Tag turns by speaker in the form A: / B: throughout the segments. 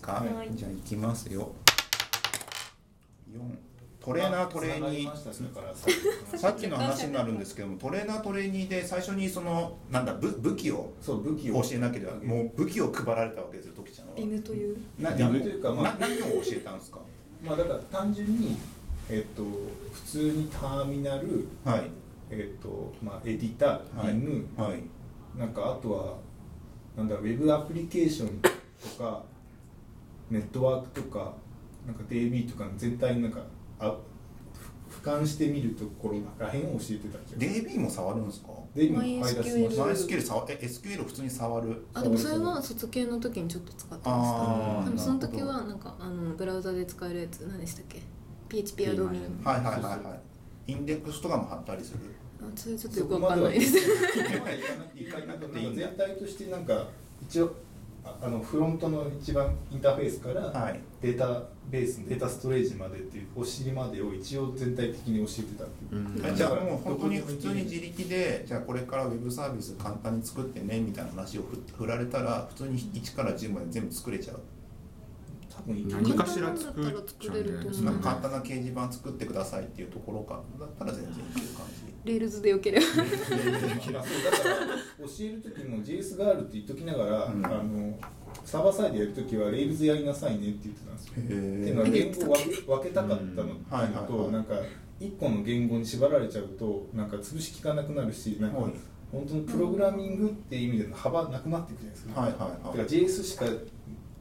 A: か、
B: はい
A: じゃあ行きますよ四トレーナートレーニー、さっきの話になるんですけどもトレーナートレーニーで最初にそのなんだ武武器を
C: そう武器
A: 教
C: を
A: えなければもう武器を配られたわけですよ時ちゃんは
B: ビムという
A: な
C: ビムというかまあ
A: な何を教えたんですか
C: まあだから単純にえっと普通にターミナル
A: はい
C: えっとまあエディタ
A: はい
C: 犬
A: はい
C: なんかあとはなんだウェブアプリケーションとかネットワークとかなんか DB とかの全体になんかあふ俯瞰してみるところらへんを教えてたけど
A: DB も触るんですか
C: DB も買い出しまし
B: うん
A: SQL 触え SQL 普通に触る
B: あでもそれは卒系の時にちょっと使ってま
A: あー
B: したでもその時
A: なる
B: はなんかあのブラウザで使えるやつ何でしたっけ PHP アドミン
A: はいはいはいはいインデックスとかも貼ったりする
B: あそれちょ
C: た
B: っとよくわかんないです
C: そこまでは行かなくていいんだ全体としてなんか一応ああのフロントの一番インターフェースから、
A: はい
C: データベースデータストレージまでっていうお尻までを一応全体的に教えてたっていう、
B: うん
A: じゃあもう本当に普通に自力でじゃあこれからウェブサービス簡単に作ってねみたいな話を振振られたら普通に1から10まで全部作れちゃう、
C: 多分いける
D: 何かしら作っちゃうんだよね
B: うん
A: なんか簡単な掲示板作ってくださいっていうところからだったら全然いける感じ
B: レールズでよければ
C: そうだから教える時も JS ガールって言っときながら、
A: うん
C: あのサーバーサイドやる時は Rails やりなさいねって言ってたんですよ。っていうのは
A: へ
C: 言語を分け分けたかったのってい
A: う
C: うのと、
A: んはいはいはい
C: なんか一個の言語に縛られちゃうとなんか潰しきかなくなるしなんか
A: はい
C: 本当のプログラミングっていう意味での幅なくなっていくじゃないですか。
A: はいはいはい
C: だから JS しか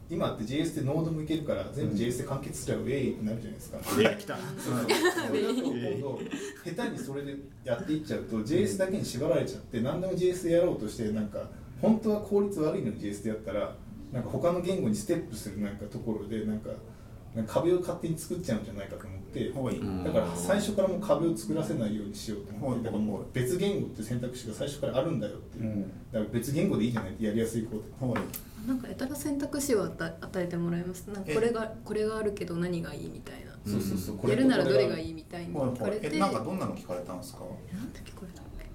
C: 今って JS でノードもいけるから全
A: う
C: 部
A: ん
C: JS で完結すればウェイってなるじゃないですか。
D: いや来た
C: そうそれだと今度下手にそれでやっていっちゃうと JS だけに縛られちゃって何でも JS でやろうとしてなんか本当は効率悪いのに JS でやったらなんか他の言語にステップするなんかところでなんかなんか壁を勝手に作っちゃうんじゃないかと思って
A: ほい
D: うん
C: だから最初からもう壁を作らせないようにしようと思っ
A: はい
C: てだからもう別言語って選択肢が最初からあるんだよっていう
A: うん
C: だから別言語でいいじゃないってやりやすいこうって
A: ほい
B: なんかやたら選択肢を与え与えてもらいますなんか
A: え
B: これがこれがあるけど何がいいみたいな
D: うん
C: そうそうそう
B: やるならどれがい
C: い
B: いみたいに
A: ほ
B: 聞
A: い
B: か
A: ほい
B: れて
A: えなんかどんなの聞かれたんですか
B: なんだっけこれだっけ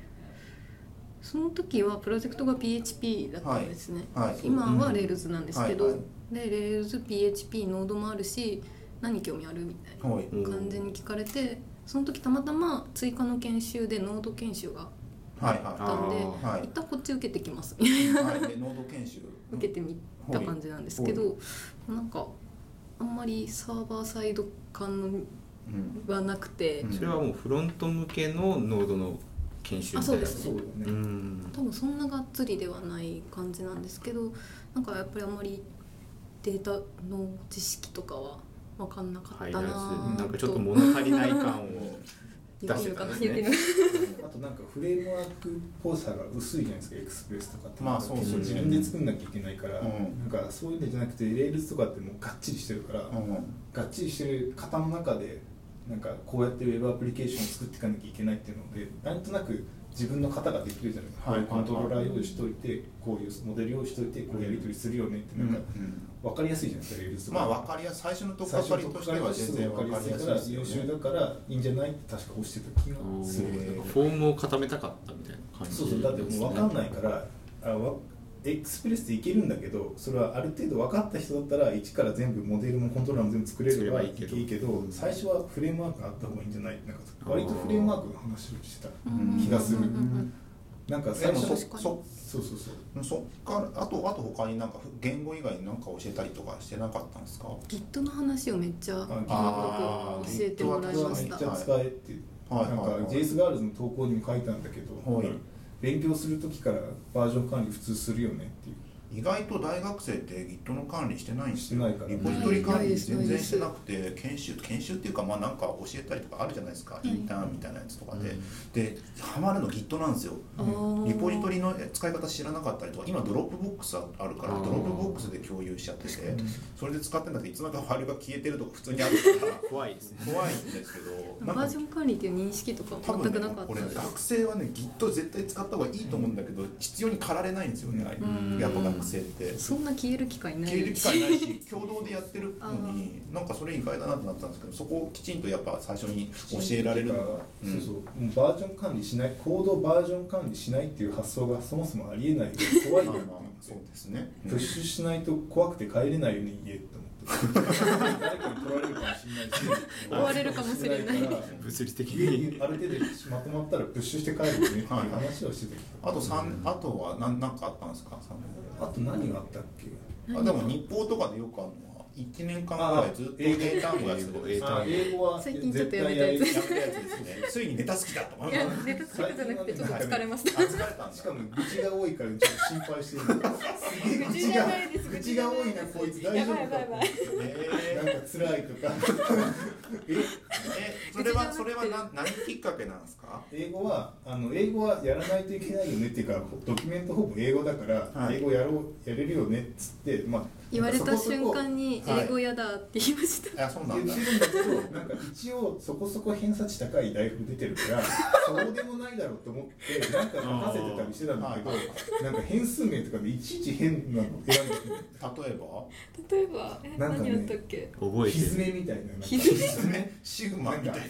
B: その時はプロジェクトが PHP だったんですね、
A: はいはい
B: 今
A: う
B: は
A: ん
B: Rails なんですけど、
A: はいは
B: で RailsPHP ノードもあるし何興味あるみたい
A: ほい
B: な感じに聞かれてその時たまたま追加の研修でノード研修が
A: はい
B: あった
A: は
B: んで、
D: あ
A: ーはい
B: 一旦こっち受けてきますみたい
A: い
B: な
A: はいでノード研修
B: 受けてみた感じなんですけ
A: は
B: どなんかあんまりサーバーサイド感
A: うん
B: はなくて、
A: うん
D: それはもうフロント向けのノードの研修みた
B: あそ
D: いな
B: うです
C: そうだね、
D: うん
B: 多分そんながっつりではない感じなんですけどなんかやっぱりあんまりデータの知識とかは分かんなかっ
D: は
B: た
D: い
B: な
D: なん
B: ぁ
D: かちょっと物足りない感を
B: 言
D: 出
B: っ
D: してて
B: るか
D: たん
B: な
D: です
B: 言ってる
D: ね
C: あとなんかフレームワークっぽさが薄いじゃないですかエクスプレスとかって
A: まあそう
D: ですね
C: 自分で作んなきゃいけないから、
A: うん
C: なんかそういうのじゃなくてレールズとかってもうがっちりしてるから、
A: うん
C: がっちりしてる型の中でなんかこうやってウェブアプリケーションを作っていかなきゃいけないっていうのでなんとなく自分の型ができるじゃないですか、
A: はい
C: こういうコントローラー用意しといてこういうモデル用意しといてこうやり取りするよねってなんか
A: うん
C: 分かりやすいじゃないですかレールズと
A: まあ
C: か
A: 分かりやすい最初のとっ
C: 最
A: か
C: 初
A: かりとしては全然分かりやすいですよ
C: 優秀
A: ね
C: だからいいんじゃないって確か押してた気がする
A: へー
D: フォームを固めたかったみたいな感じ
C: そうそうだってもう分かんないからあわエクスプレスでいけるんだけどそれはある程度分かった人だったら一から全部モデルもコントローラーも全部作れればいいけど
D: 作ればいいけど
C: 最初はフレームワークがあった方がいいんじゃないなんか割とフレームワークの話をしてた
A: うん
C: 気がする
B: うんうんうん
C: なんか
A: で
C: 最
A: も
C: 初
A: そ
C: の
B: 確かに
A: そ
C: そうそうそう
A: そっからあとあと他になんか言語以外に何か教えたりとかしてなかったんですかは
B: Git の話をめっちゃ細
A: あ
B: かく
A: ー
B: 教えてもらいまし
C: め
B: た
C: っちゃ使えって、
A: はい
C: なんか
A: はいはい
C: JS ガールズの投稿にも書いたんだけど、
A: はい
C: 勉強する時からバージョン管理普通するよねっていう
A: 意外と大学生って Git の管理してないんです
C: して
A: よ
C: ないから
A: リポジトリ管
B: ない
A: 理
B: です
A: 全然してなくて研修研修っていうかまあなんか教えたりとかあるじゃないですかインターンみたいなやつとかででハマるの Git なんですよ
B: あー
A: リポジトリの使い方知らなかったりとか今ドロップボックスあるから
D: あ
A: ド
D: ー
A: ロップボックスで共有しちゃっててそれで使ってんだけどいつまでかファイルが消えてるとか普通にあるから
D: 怖いですね
A: 怖いんですけどなん
B: バ
A: か
B: ージョン管理っていう認識とか
A: 多
B: 全
A: 分ね
B: くなかった
A: 俺
B: で
A: ね
B: す
A: 学生はね Git 絶対使った方がいいと思うんだけど必要に駆られないんですよね
B: うん
A: やっぱ学生って
B: そんな消える機会ない
A: 経営機会ないし共同でやってるのに なんかそれ意外だなとなったんですけどそこをきちんとやっぱ最初に教えられるのが
C: そうそうもうバージョン管理しない行動バージョン管理しないっていう発想がそもそもありえない怖いよ
A: まあ
C: ね
A: まそうですね、
C: プッシュしないと怖くて帰れないよね家って思って誰かに取られるかもしれないし
B: 追われるか もしれない
C: 追われるかもしれから
D: 物理的
C: 家
D: に
C: にある程度まとまったらプッシュして帰るよねっていう
A: はい
C: 話をしてた
A: あと三あとは何なんかあったんですか三
C: あと何があったっけ
A: 年あでも日報とかでよくあるのは1年間ぐらいずっと英単語やってる
D: 英単語
C: あ英語は
B: 最近ちょっ
C: 絶
B: とやめ
C: 対
B: た
C: やり
B: やつ
A: やめたやつです ねついにネタ好きだと思
B: いやネタ作じゃなくてちょっと疲れ ました
A: あ疲れたんだ
C: しかも愚痴が多いからちょっと心配してる す げえ
E: 愚痴じゃないです
C: 愚痴が多いなこいつ大丈夫
E: やばいやばいやば
C: か
E: い
C: なん
A: え
C: か辛いとかえ
A: えそれはそれは何何きっかけなんですか
C: 英語はあの英語はやらないといけないよねっていうかドキュメントほぼ英語だから、
A: はい
C: 英語やろうやれるよねっつって、まあ、
B: 言われた瞬間
C: に
B: に「
A: はい
B: 英語やだ」って言いました
A: あそうな
C: 言
A: ん
C: っ
A: だ
C: てるんだけどなんか一応そこそこ偏差値高い大学出てるからそうでもないだろうと思ってなんか書かせてたりしてたんだけど、
A: は
C: なんか変数名とかでいちいち変なの選んで
A: 例えば
E: 例えばえ
C: なんかね
E: 何やったっけ
D: 覚え
C: ひず
D: てる
C: めみたいななんか
E: ひずめ
A: ねシグマみたいなや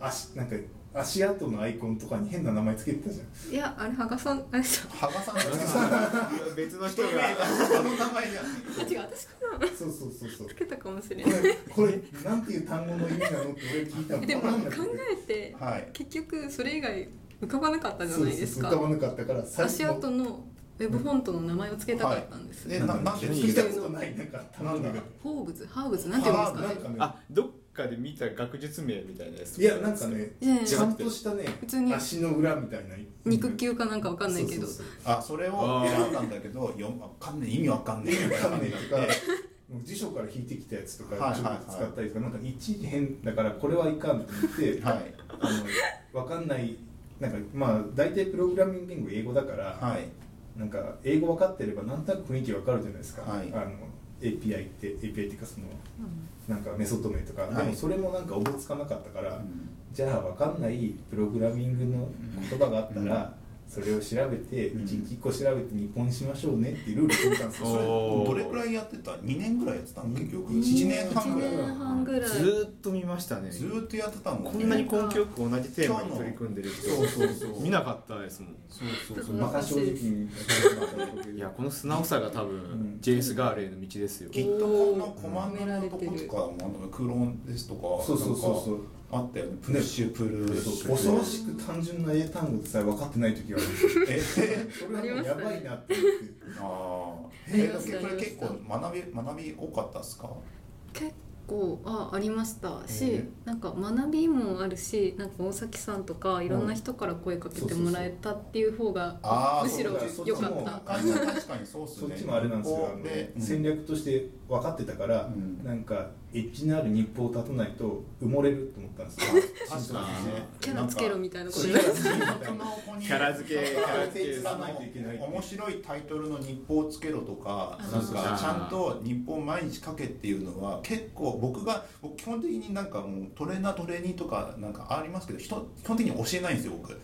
C: 足なんか足跡のアイコンとかに変な名前つけてたじゃん
B: いやあれ羽賀さんあれ
A: つ羽賀さんの人
D: 別の
A: 人名があの名前じゃん
B: 違う私かな
C: そうそうそうそう
B: つけたかもしれ
C: こ
B: ない
C: れこれなんていう単語の意味なのって俺聞い たの
B: でも
C: わかん
B: 考
C: なくて
B: えて
A: はい
B: 結局それ以外浮かばなかったじゃ
C: そう
B: ないです
C: そう浮かば
B: か
C: なかったから最
B: 足跡のウェブフォントの名前をつけたかったんです、
A: はいえななんて
C: 聞いたことないなんか
A: なんだ
C: なんか
B: フォーブズハーブズなんて言うんですか
C: なん
B: ね
C: かね
D: あどっかで見た学術名みたいなやつ
C: いやなんかね
B: いやいや
C: ちゃんとしたね
B: 普通に
C: 足の裏みたいな
B: 肉球かなんかわかんないけど
C: そうそうそ
A: あそれを選んだんだけどよわかんねえ意味わかんねえ
C: う
A: みたいな
C: わか
A: 感
C: んな
A: じ
C: い
A: になっ
C: と
A: て
C: かもう辞書から引いてきたやつと
A: はい
C: か
A: はい
C: ちょ
A: はい
C: っと使ったりとかなんかいちいち変だからこれはいかんと思って
A: はい
C: あのわかんないなんかまあ大体プログラミング言語英語だから、
A: はい
C: なんか英語分かってればなんとなく雰囲気分かるじゃないですか、
A: はい
C: あの API って API っていうかそのなんかメソッド名とか、
A: はい
C: でもそれもなんかおぼつかなかったから、
A: うん
C: じゃあ分かんないプログラミングの言葉があった
A: うん
C: ら、それを調べて
A: うん
C: 一日1個調べて日本しましょうねっていうルール交換する
D: おー
A: どれくらいやってた2年ぐらいやってたの結局
C: うん
A: 1年半ぐらい
B: 1年半ぐらい
D: ずーっと見ましたね
A: ずーっとやってたもんね
D: こんなに根気よく同じテーマに取り組んでる人
A: そうそうそう
D: 見なかったですもん
A: そうそうそう
C: そう馬鹿正直に
D: いやこの素直さが多
C: ん
D: 分 JS ガーレーの道ですよ
A: きっとこのコマンドのとことかもあのクローンですとか
C: そうそうそうそう
A: なんかあったよねプッシュプル
C: そう恐ろしく単純な英単語でさえ分かってない時があるんで すよ
A: え
C: それはもうやばいなって思って。
A: ああ
B: あ
A: そ
B: りました
A: れ
B: ありま
A: 結
B: した
A: 構学び学び多かったですか
B: 結構あありましたし、
A: え
B: なんか学びもあるしなんか大崎さんとかいろんな人から声かけてもらえたっていう方が
A: ああ
B: むしろ
A: そう
B: 良
A: だ
B: かっ
A: そうだ
B: た。
A: 確かに確かにそうっす
C: そ
A: ね
C: っちもあれなんですよ
A: こ、こで
C: あの戦略として分かってたから、
A: うん
C: なんかエッジのある日報を立たないと埋もれると思ったんですよ
A: 確かにね
B: キャラつけろみたいなこと
A: 知らずに仲間をここに
D: キャラ付けキャラ付け
A: あの面白いタイトルの日報をつけろとかなんかちゃんと日報を毎日書けっていうのは結構僕が僕基本的になんかもうトレーナートレーニーとかなんかありますけど人基本的に教えないんですよ僕、
C: うん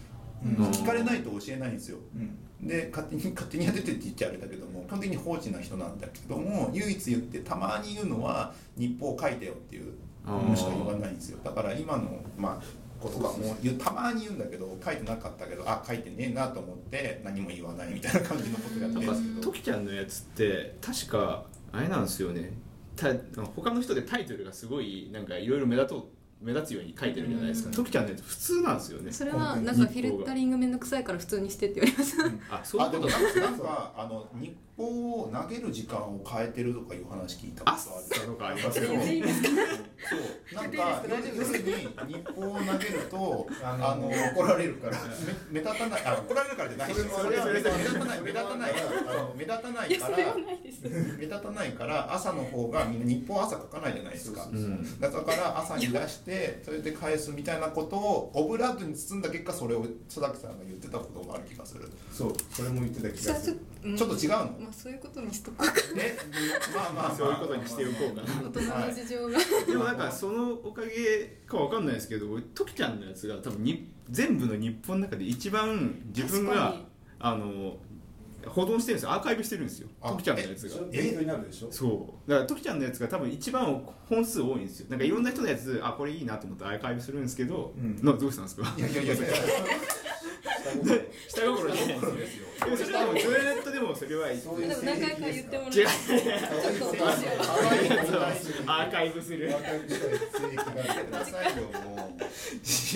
A: 聞かれないと教えないんですよ
C: うん
A: で勝手に勝手にやっててって言っちゃあれだけども基本的に放置な人なんだけども唯一言ってたまに言うのは日報を書いてよっていうのしか言わないんですよだから今のまあことがもう言うたまに言うんだけど書いてなかったけどあ書いてねえなと思って何も言わないみたいな感じのことやってるんですけど
D: トキちゃんのやつって確かあれなんですよねた他の人でタイトルがすごいなんかいろいろ目立とう目立つように書いてるじゃないですか
C: うん
D: トキちゃんのやつ普通なんですよね
B: それはなんかフィルタリングめんどくさいから普通にしてって言われま した。
D: あそうい
A: あ
D: う
A: で
D: こ
A: も
D: とだ
A: なんかなんかあの日報を投げる時間を変えてるとかいう話聞いたこと
D: あ
A: ある
D: そうのがあり
C: ま
D: ますす
C: よ
D: よ
C: ね
D: ね
A: そうなんか夜夜に日報を投げると
C: あ
A: あ
C: の
A: の
C: 怒られるから
A: 目立たないあ怒られるからじゃないですよ
D: そ
A: そ
D: れ
A: れ
D: は
A: は
D: そ
A: 目
D: れ
A: 立た
D: は
A: ない目立たないあの目立た ないから
E: ないです
A: 目立たないから朝の方がみんな日報朝書かないじゃないですか
D: うん
A: だから朝に出してそれで返すみたいなことをオブラートに包んだ結果それを佐々木さんが言ってたことがある気がする
C: そうそれも言ってた気がする
A: ちょっと違うの
B: まあそういうことにしとこうか
A: ねまあまあまあ
D: そういうことにしておこうかな
B: 大人の事情が、
D: でもなんかそのおかげかわかんないですけど俺トキちゃんのやつが多分に全部の日本の中で一番自分
B: 確
D: が
B: かに
D: あの保存してるんですよアーカイブしてるんですよ
A: あ
D: トキちゃんのやつ
C: でし
D: が
C: ょ勉強になるでしょ
D: そうだからトキちゃんのやつが多分一番本数多いんですよなんかいろんな人のやつあこれいいなと思ってアーカイブするんですけど、
C: うん
D: などうしたんですか
A: いやいやいやいや
D: 下心じゃないですよでもそれはでもずーっとでもそれは
C: そう
B: で
C: いう
B: も何回か言ってもらって
D: 違う
B: ちょっと面白い
C: 可愛い子
D: そう
C: がいる
D: アーカイブする
C: アーカイブしたい
A: 正義がやってくださいよもう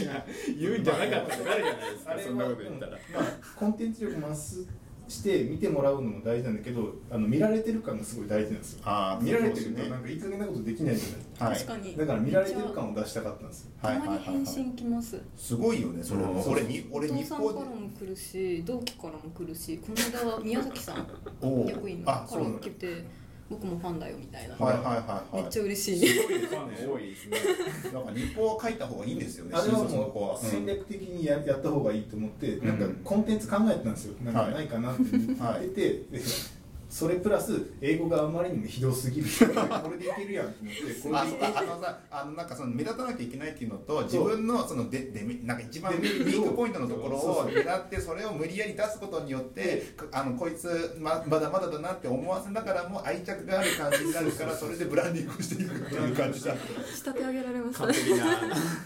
D: いや言うんじゃなかったってなるじゃないです
C: あ
D: か
C: れは
D: そんなこと言ったら
C: まあ、コンテンツ力増すして見てもらうのも大事なんだけどあの見られてる感がすごい大事なんですよ
A: あー
C: 見られてる
A: そうで
C: と
A: すね
C: なんかいい加減なことできないじゃない
A: はい
B: 確かに
C: だから見られてる感を出したかったんですよ
B: た
A: はい
B: ま
A: はい
B: に
A: はい
B: 返
A: はい
B: 信来ます
A: すごいよねそれも
D: うん
A: 俺に
B: お
A: 俺
B: 父
A: 日
B: さんから
A: 本で
B: も来るし同期からも来るしこの間は宮崎さん
A: おう
B: 役員のか
A: あ
B: ら
A: そうなんだ
B: 来て僕もファンだよみたいな、
A: はいはいはいは
B: め
A: い
B: っちゃ嬉 しいね
D: ファン多いですね
A: なんか日報を書いた方がいいんですよね。
C: あれは
A: 新卒の子
C: もう戦略的にややった方がいいと思って、
A: うん
C: なんかコンテンツ考えてたんですよなんかないかなって言ってて、
A: はい
C: でそれプラス英語があまりにもひどすぎる これでいけるやんと思って
A: う
C: こ
A: ん
C: れ
A: あ、
C: でい
A: そ
C: け
A: う
C: る
A: かあのさ、あのなんかその目立たなきゃいけないっていうのと、自
C: そう
A: 分のそので、でみ、なんか一番ウ
C: デメリット
A: ィークポイントのところ
C: そう
A: を
C: そう
A: 狙って、それを無理やり出すことによって。くあの、こいつ、ま、まだまだだなって思わせながらも、愛着がある感じになる から、それでブランディングしていくっていう感じだ。
B: 仕立て上げられました
D: 完
B: ね
D: 璧な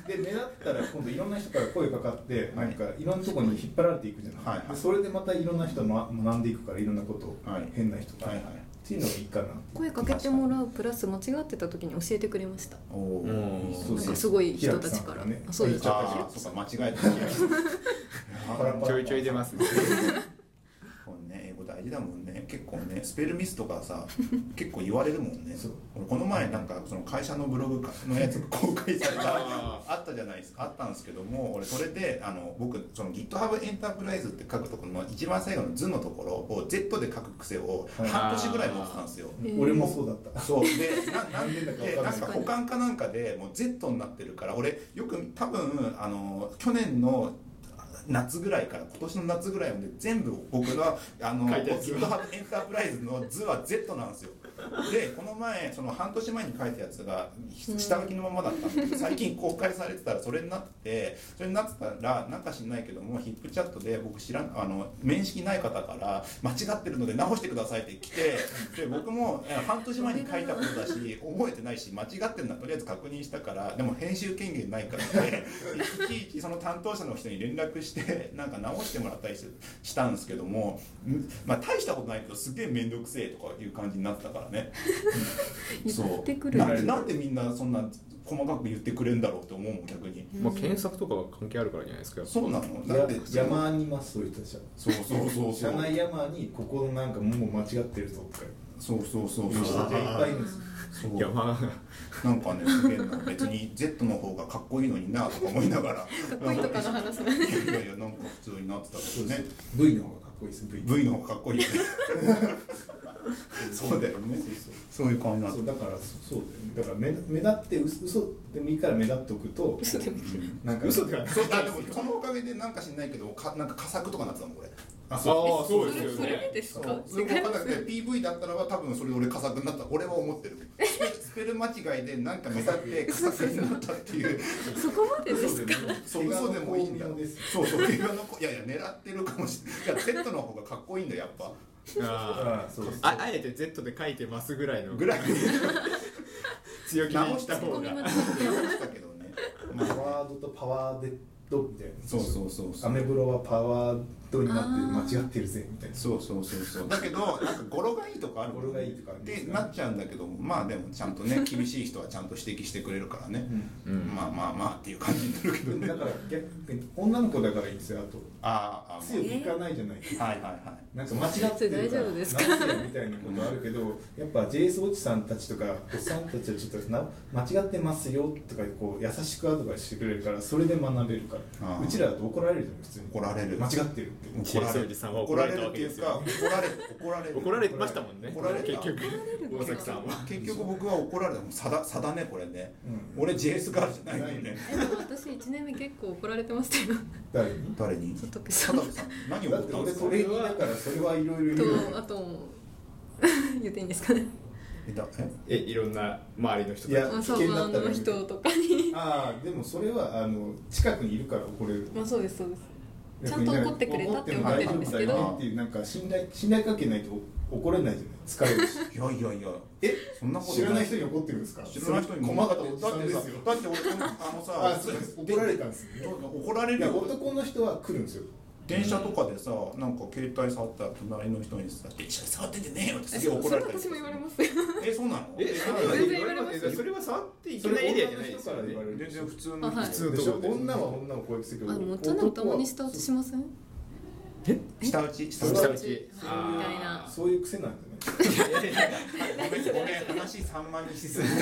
C: で目立ったら今度いろんな人から声かかってなんかいろんなところに引っ張られていくじゃない、
A: はいはい
C: でそれでまたいろんな人ま学んでいくからいろんなことを、
A: はい
C: 変な人から、
A: はいはい
C: っていうのがいいかな
B: 声かけてもらうプラス間違ってた時に教えてくれました
A: おお
D: うん
A: そ
B: な
A: うんそ
B: か
A: う。
B: すごい人たちから、
C: 平木さんがね
B: あそうです
C: ちょっと
A: あーそうか、間違えた。
C: パラパラ
D: ちょいちょい出ますね
A: これね、英語大事だもんね結構ねスペルミスとかさ 結構言われるもんね
C: そう
A: 俺この前なんかその会社のブログのやつが公開された
D: あ
A: あったじゃないですかあったんですけども俺それであの僕その GitHub エンタープライズって書くところの一番最後の図のところを Z で書く癖を
C: はい
A: 半年ぐらい持ってたんですよ
B: えー
C: 俺もそうだった
A: そうでななんで
C: なんで
A: でな
C: だかわかんない
A: んか保管かなんかでもう Z になってるから俺よく多分あの去年の夏ぐらいから今年の夏ぐらいまで全部僕のあの
D: 書いたやつ
A: GitHub エンタープライズの図は Z なんですよでこの前その半年前に書いたやつが下書きのままだったんで最近公開されてたらそれになってそれになってたらなんか知んないけどもヒップチャットで僕知らんあの面識ない方から間違ってるので直してくださいって来てで僕もえ半年前に書いたことだし覚えてないし間違ってるのはとりあえず確認したからでも編集権限ないから ねいちいちその担当者の人に連絡してなんか直してもらったりししたんですけども、んまあ、大したことないけどすげえ面倒くせえとかいう感じになったから ね。
B: 言ってくる
A: な
C: そ
A: ん
C: う
A: でなんでみんなそんな細かく言ってくれんだろうと思うもん逆に
D: まあ検索とかが関係あるからじゃないですかやっぱ
A: そうなの
C: い
A: だ
C: や
A: って
C: 山にいますそういう人たちは
A: そうそうそうそ
C: 社
A: う
C: 内山にここのなんかもう間違ってるぞとか
A: そうそうそう
C: いう人たちがいっぱいいるんですよ
A: そう
D: いやまあ
A: なんかねすげえな別に Z の方がかっこいいのになとか思いながらかっ
B: 恋とかの話ね
A: いやいやなんか普通になってたけどね
C: V の方がかっこいいです V,
A: V の方がかっこいいよねそうだよねそういう感じなん
C: そ
A: だ
C: うだからそそうだよねだから目目立って嘘嘘でもいいから目立っておくと
B: 嘘でも
C: なんか
D: 嘘ではない
A: そうあでもこのおかげでなんか知んないけどかなんか佳作とかなってたもんこれ
D: あーそうですよ
B: それで
D: ね
B: です
A: そ
B: か
A: う、それ分かんなくて PV だったらは多分それで俺佳作になった俺は思ってる スペスペル間違いでなんか目立って佳作になったっていう
B: そこまでですか
A: そう嘘でもいいんだ
C: 怪我の巧妙です
A: そうそう怪我のこいやいや狙ってるかもしれないいや Z の方がかっこいいんだやっぱ
D: あ
C: あそう
D: ーああえて Z で書いてますぐらいの
A: ぐらい
D: 強気にした
B: ツッ
D: 方
B: コミ
D: が
B: まで
A: だけどね、ま
C: パ
A: あ、
C: ワードとパワーデッドみたいな
A: そうそうそうそ
C: アメ
A: う
C: ブロはパワードになって間違ってるぜみたいな
A: そうそうそうそうだけどなんか語呂がいいとかあるもんね
C: 語呂がいいとかあるんです
A: で
C: ね
A: なっちゃうんだけどまあでもちゃんとね厳しい人はちゃんと指摘してくれるからね、
D: うん
A: まあまあまあっていう感じになるけどね
C: だから逆に女の子だからいいんですよあと
A: あーあ
C: 強
A: ー
C: くいかないじゃない
A: まあはいはいは
C: なんか間違ってる
B: 大
C: か
B: 丈
C: ら
B: 夫ですか
C: なんてみたいなことあるけどやっぱ JS おじさんたちとかおっさんたちはちょっとな間違ってますよとかこう優しくアドバイスしてくれるからそれで学べるか
A: あ
C: ら
A: ー
C: うちらだと怒られるじゃん普通に
A: 怒られる
C: 間違ってるって
A: い
D: ジェイソンおじさんは怒
A: 怒
D: ら
A: ら
D: れ
A: れ
D: た
A: る
D: わ
A: って
D: けで
A: いう
D: す
A: か
D: よ
A: 怒られ怒られる
D: 怒られましたもんね
A: 怒られた
D: 結局大崎さんは
A: 結局僕は怒られたもんさださだねこれね、
C: うん
A: 俺 JS ガールじゃないもんね
B: えでも私1年目結構怒られてましたよ
C: 誰に
A: 誰に
B: 佐竹
A: 佐
B: さん
A: 竹さん何を
C: だ
A: 怒
C: っ
A: ってたんで
C: 俺
A: す
C: ト
A: か
C: レーニーだからそれはいろいろ言うよ
B: とあと 言っていいんですかね
A: えだえ
D: えいろんな周りの人
C: い
D: た
C: や
D: ち
B: まあ
C: 危
B: そう
C: 険だ
B: バ
C: っ
B: ン
C: た
B: ド
C: ら
B: の
C: ね
B: 人とかに
C: ああでもそれはあの近くにいるから怒れる
B: まあそうですそうですちゃんと怒ってくれたって思ってるんです
C: 怒っても大丈夫
B: けど
C: だよっていうなんか信頼信頼関係ないと怒れないじゃない疲れる し
A: いやいやいや
C: え
A: そんなこと
C: 知らない人に怒ってるんですか
A: 知らない人に
C: 困ったおじさんですよ
A: だってさだって俺あのさ
C: あそうです怒られたんですよね
A: 怒られ
C: い
A: る
C: や
A: よ
C: 男の人は来るんですよ
A: 電車とかでさなんか携帯触ったら隣の人にさ「電車触っててねえよ」ってすげえ怒られたり
B: 私も言われ
A: す
B: ますよ
A: るえそうなの
D: え、
A: そう
D: そ
A: な
D: れ
A: の
D: は
B: 全然言われます
D: それは触ってい
C: そ
D: けないエリ
C: れ
D: アじゃないです
C: 女の人か
D: よ
C: ら言わ
D: ね。
C: れ
A: 全
C: る
A: 然普通
B: あ
A: の
B: はい
A: 普通
C: でしょ女は女を攻撃するけ
B: あ
C: ど
B: でも女の子もにした落ちしません
A: 下打ち下打
C: そう
A: ち
D: 下
A: 下
D: 打
A: 打
D: ち
A: ち
D: あー
B: みたいな
C: そういう癖なんだよね
A: ごめんごめん話散漫にしすぎた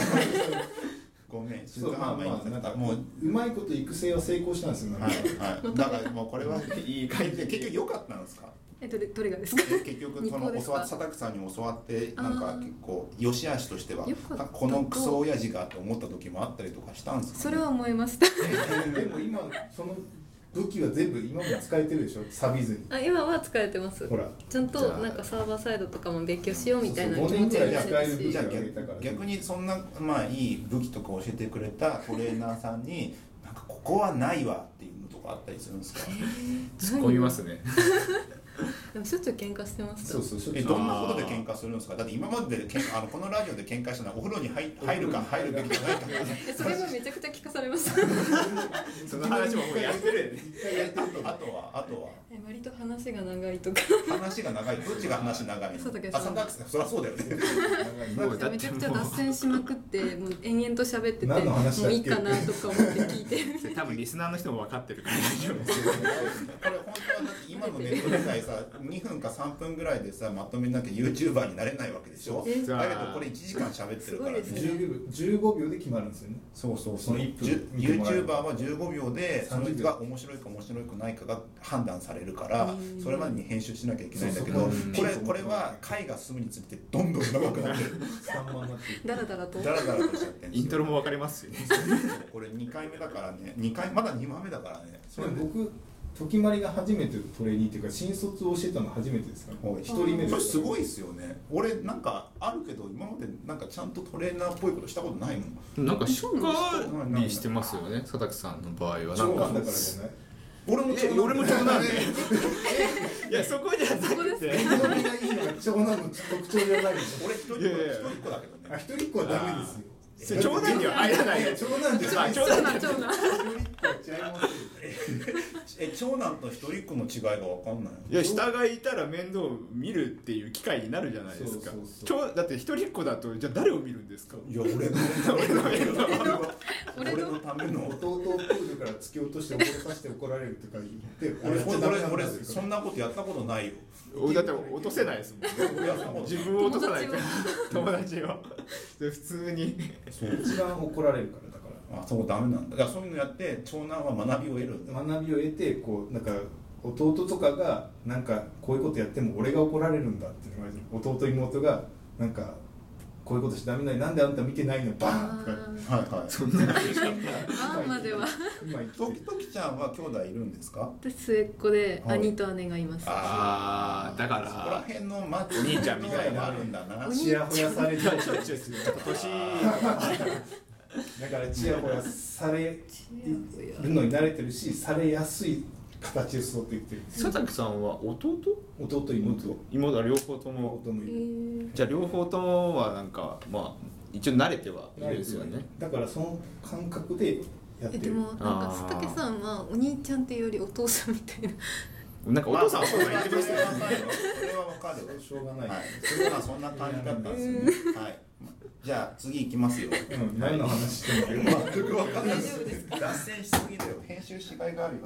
A: ごめん中
C: そう
A: 途
C: まあ
A: 半端
C: ま
A: に
C: あな
A: なんん
C: か
A: か
C: も
A: も
C: う
A: う
C: うまいこと育成は成功したんですよなん
A: はい
C: か
A: はいだからもうこれは
D: いい回
A: 結
D: で
A: 局良かったんですか
B: えどれどれがですか
A: で結局その
B: 日光です
A: 教
B: か
A: わ佐竹さんに教わってなん
B: あ
A: か
B: ー
A: 結構良し悪しとしては
B: よかった
A: このクソ親父がと思った時もあったりとかしたんですか、ね、
B: それは思いました
C: でも今その武器は全部今も使えてるでしょ錆びずに
B: あ今は使えてます
C: ほら
B: ちゃん
D: じ
B: と
D: ゃあ
B: なんかサーバーサイドとかも勉強しようみたいな
C: そう
B: 気
C: そう
B: 持ちに
C: 五
B: な
C: 年くらいで使え
B: れる
C: る
A: じ
B: し
A: ゃあ逆逆にそんなまあいい武器とか教えてくれたトレーナーさんに「なんかここはないわ」っていうのとかあったりするんですか
D: 突っ込みますね。
B: でもしょっちゅう喧嘩してました
C: そうそうしょっ
A: え
C: ちゅう
A: どんなことで喧嘩するんですかだって今まででけんあのこのラジオで喧嘩したのはお風呂に入入るか入るべきじゃないかとか
B: えそれはめちゃくちゃ聞かされました
D: その話ももうやってるよね。
C: 一回やってると
A: あとはあとは
B: え割と話が長いとか
A: 話が長いどっちが話長いの
B: 佐竹
A: あ
B: さん
A: 佐竹さんそりゃそうだよね
C: 長い
D: もうだって
B: めちゃくちゃ脱線しまくってもう延々と喋ってて
C: 何の話だっ
B: もう
C: け
B: いいかなとか思って聞いて る
D: それ多分リスナーの人も分かってるから大丈夫です。
A: これ本当はだって今のネットでさえさ2分か3分ぐらいでさまとめなきゃ YouTuber になれないわけでしょ
B: え
A: だけどこれ1時間喋ってるから
B: すごいですね
C: 10秒15秒で決まる んですよね
A: そうそう
C: その1分見てもらえる
A: YouTuber は15秒でその人が面白いか面白くないかが判断されるから
B: うん
A: それまでに編集しなきゃいけないんだけど
C: そう
A: こ
D: そう
A: れこれは回が進むにつれてどんどん長くなってる
C: 3万になって
B: だらだらと
A: ダラダラとしちゃってんですよ
D: イントロも分かりますよね。
A: これ2回目だからね2回まだ2話目だからねそ
C: で
A: れで
C: も僕時まりが初めてトレーニーっていうか新卒をしてたの初めてですから
A: おい
C: 一人目
A: そ
C: で
A: れす
C: い
A: ごいですよね俺なんかあるけど今までなんかちゃんとトレーナーっぽいことしたことないもん
D: なんかしっかりしてますよね、佐竹さんの場合
C: 長
D: は。な
C: 男
D: ん
C: だか
D: か
C: らじゃない
A: 俺も
D: え俺も長男で
A: ね
D: いや、そこじゃなくて。
C: 子供がいいのが長男の特徴じゃないでし ょ
A: 俺一人っ子
D: いやいやいや
A: 一人っ子だけど
C: あ
A: ね
C: 一人っ子はダメですよ
D: それ長男には入らない
C: いや長男じゃない
D: 長
B: 長
D: 男
B: 男
C: 違いますよ
A: え長男と一人っ子の違いが分かんない
D: いや下がいたら面倒見るっていう機会になるじゃないですか
C: そうそう
D: 長だって一人っ子だとじゃあ誰を見るんですか
A: いや俺の
D: 俺の面倒
A: 俺
B: 俺
A: の
B: の
A: ための
C: 弟をプールから突き落として怒らさせて怒られるとか言って
A: 俺
C: やっちゃダメ
A: 俺
C: なんだ
A: 俺
C: よ
A: そんなことやったことないよ
D: おだって落とせないですもんね
A: 俺やったこと
D: 自分を落と さないから友達をで普通に
A: そう
C: 一番怒られるからだから
A: あそうダメなんだだからそういうのやって長男は学びを得るんだ
C: 学びを得てこうなんか弟とかがなんかこういうことやっても俺が怒られるんだっていうのが弟妹がなんかこういうことしちゃダメなのになんであんた見てないのバーンとか
A: はいはい
D: そんな
B: あーまでは
C: 今言って
A: ときときちゃんは兄弟いるんですか
B: 私末っ子で
A: はい
B: 兄と姉がいます
D: あーだか
A: そこら
D: ら
A: 辺のマッチ
D: 兄ちゃんみたいな
A: があるんだな
B: お兄
C: ちやほやされてる
D: ちょいちょいちょっと年
C: だからちやほやされ
B: ち
C: るのに慣れてるしされやすい形で育ってきてる
D: 佐竹さんは弟
C: 弟妹を
D: 妹は両方とも
C: 弟もいる
D: じゃあ両方ともはなんかまあ一応慣れてはいるんですよね
C: だからその感覚でやって
B: え
C: る
B: でもなんか
D: あー
B: 佐竹さんはお兄ちゃんっていうよりお父さんみたいな
D: なんかお父さんは
A: そ
D: そ
A: れ
D: う
A: は
D: 言って
A: 分
D: ましたよ
A: かるよそれは分かるよ
C: しょうがない、
A: はい、それはそんな感じだったんですよね。はい。じゃあ次行きますよ。
C: うん、何の話しても
A: 全く分かんない
B: 大丈夫です
A: 脱線しすぎだよ。編集しがいがあるよ。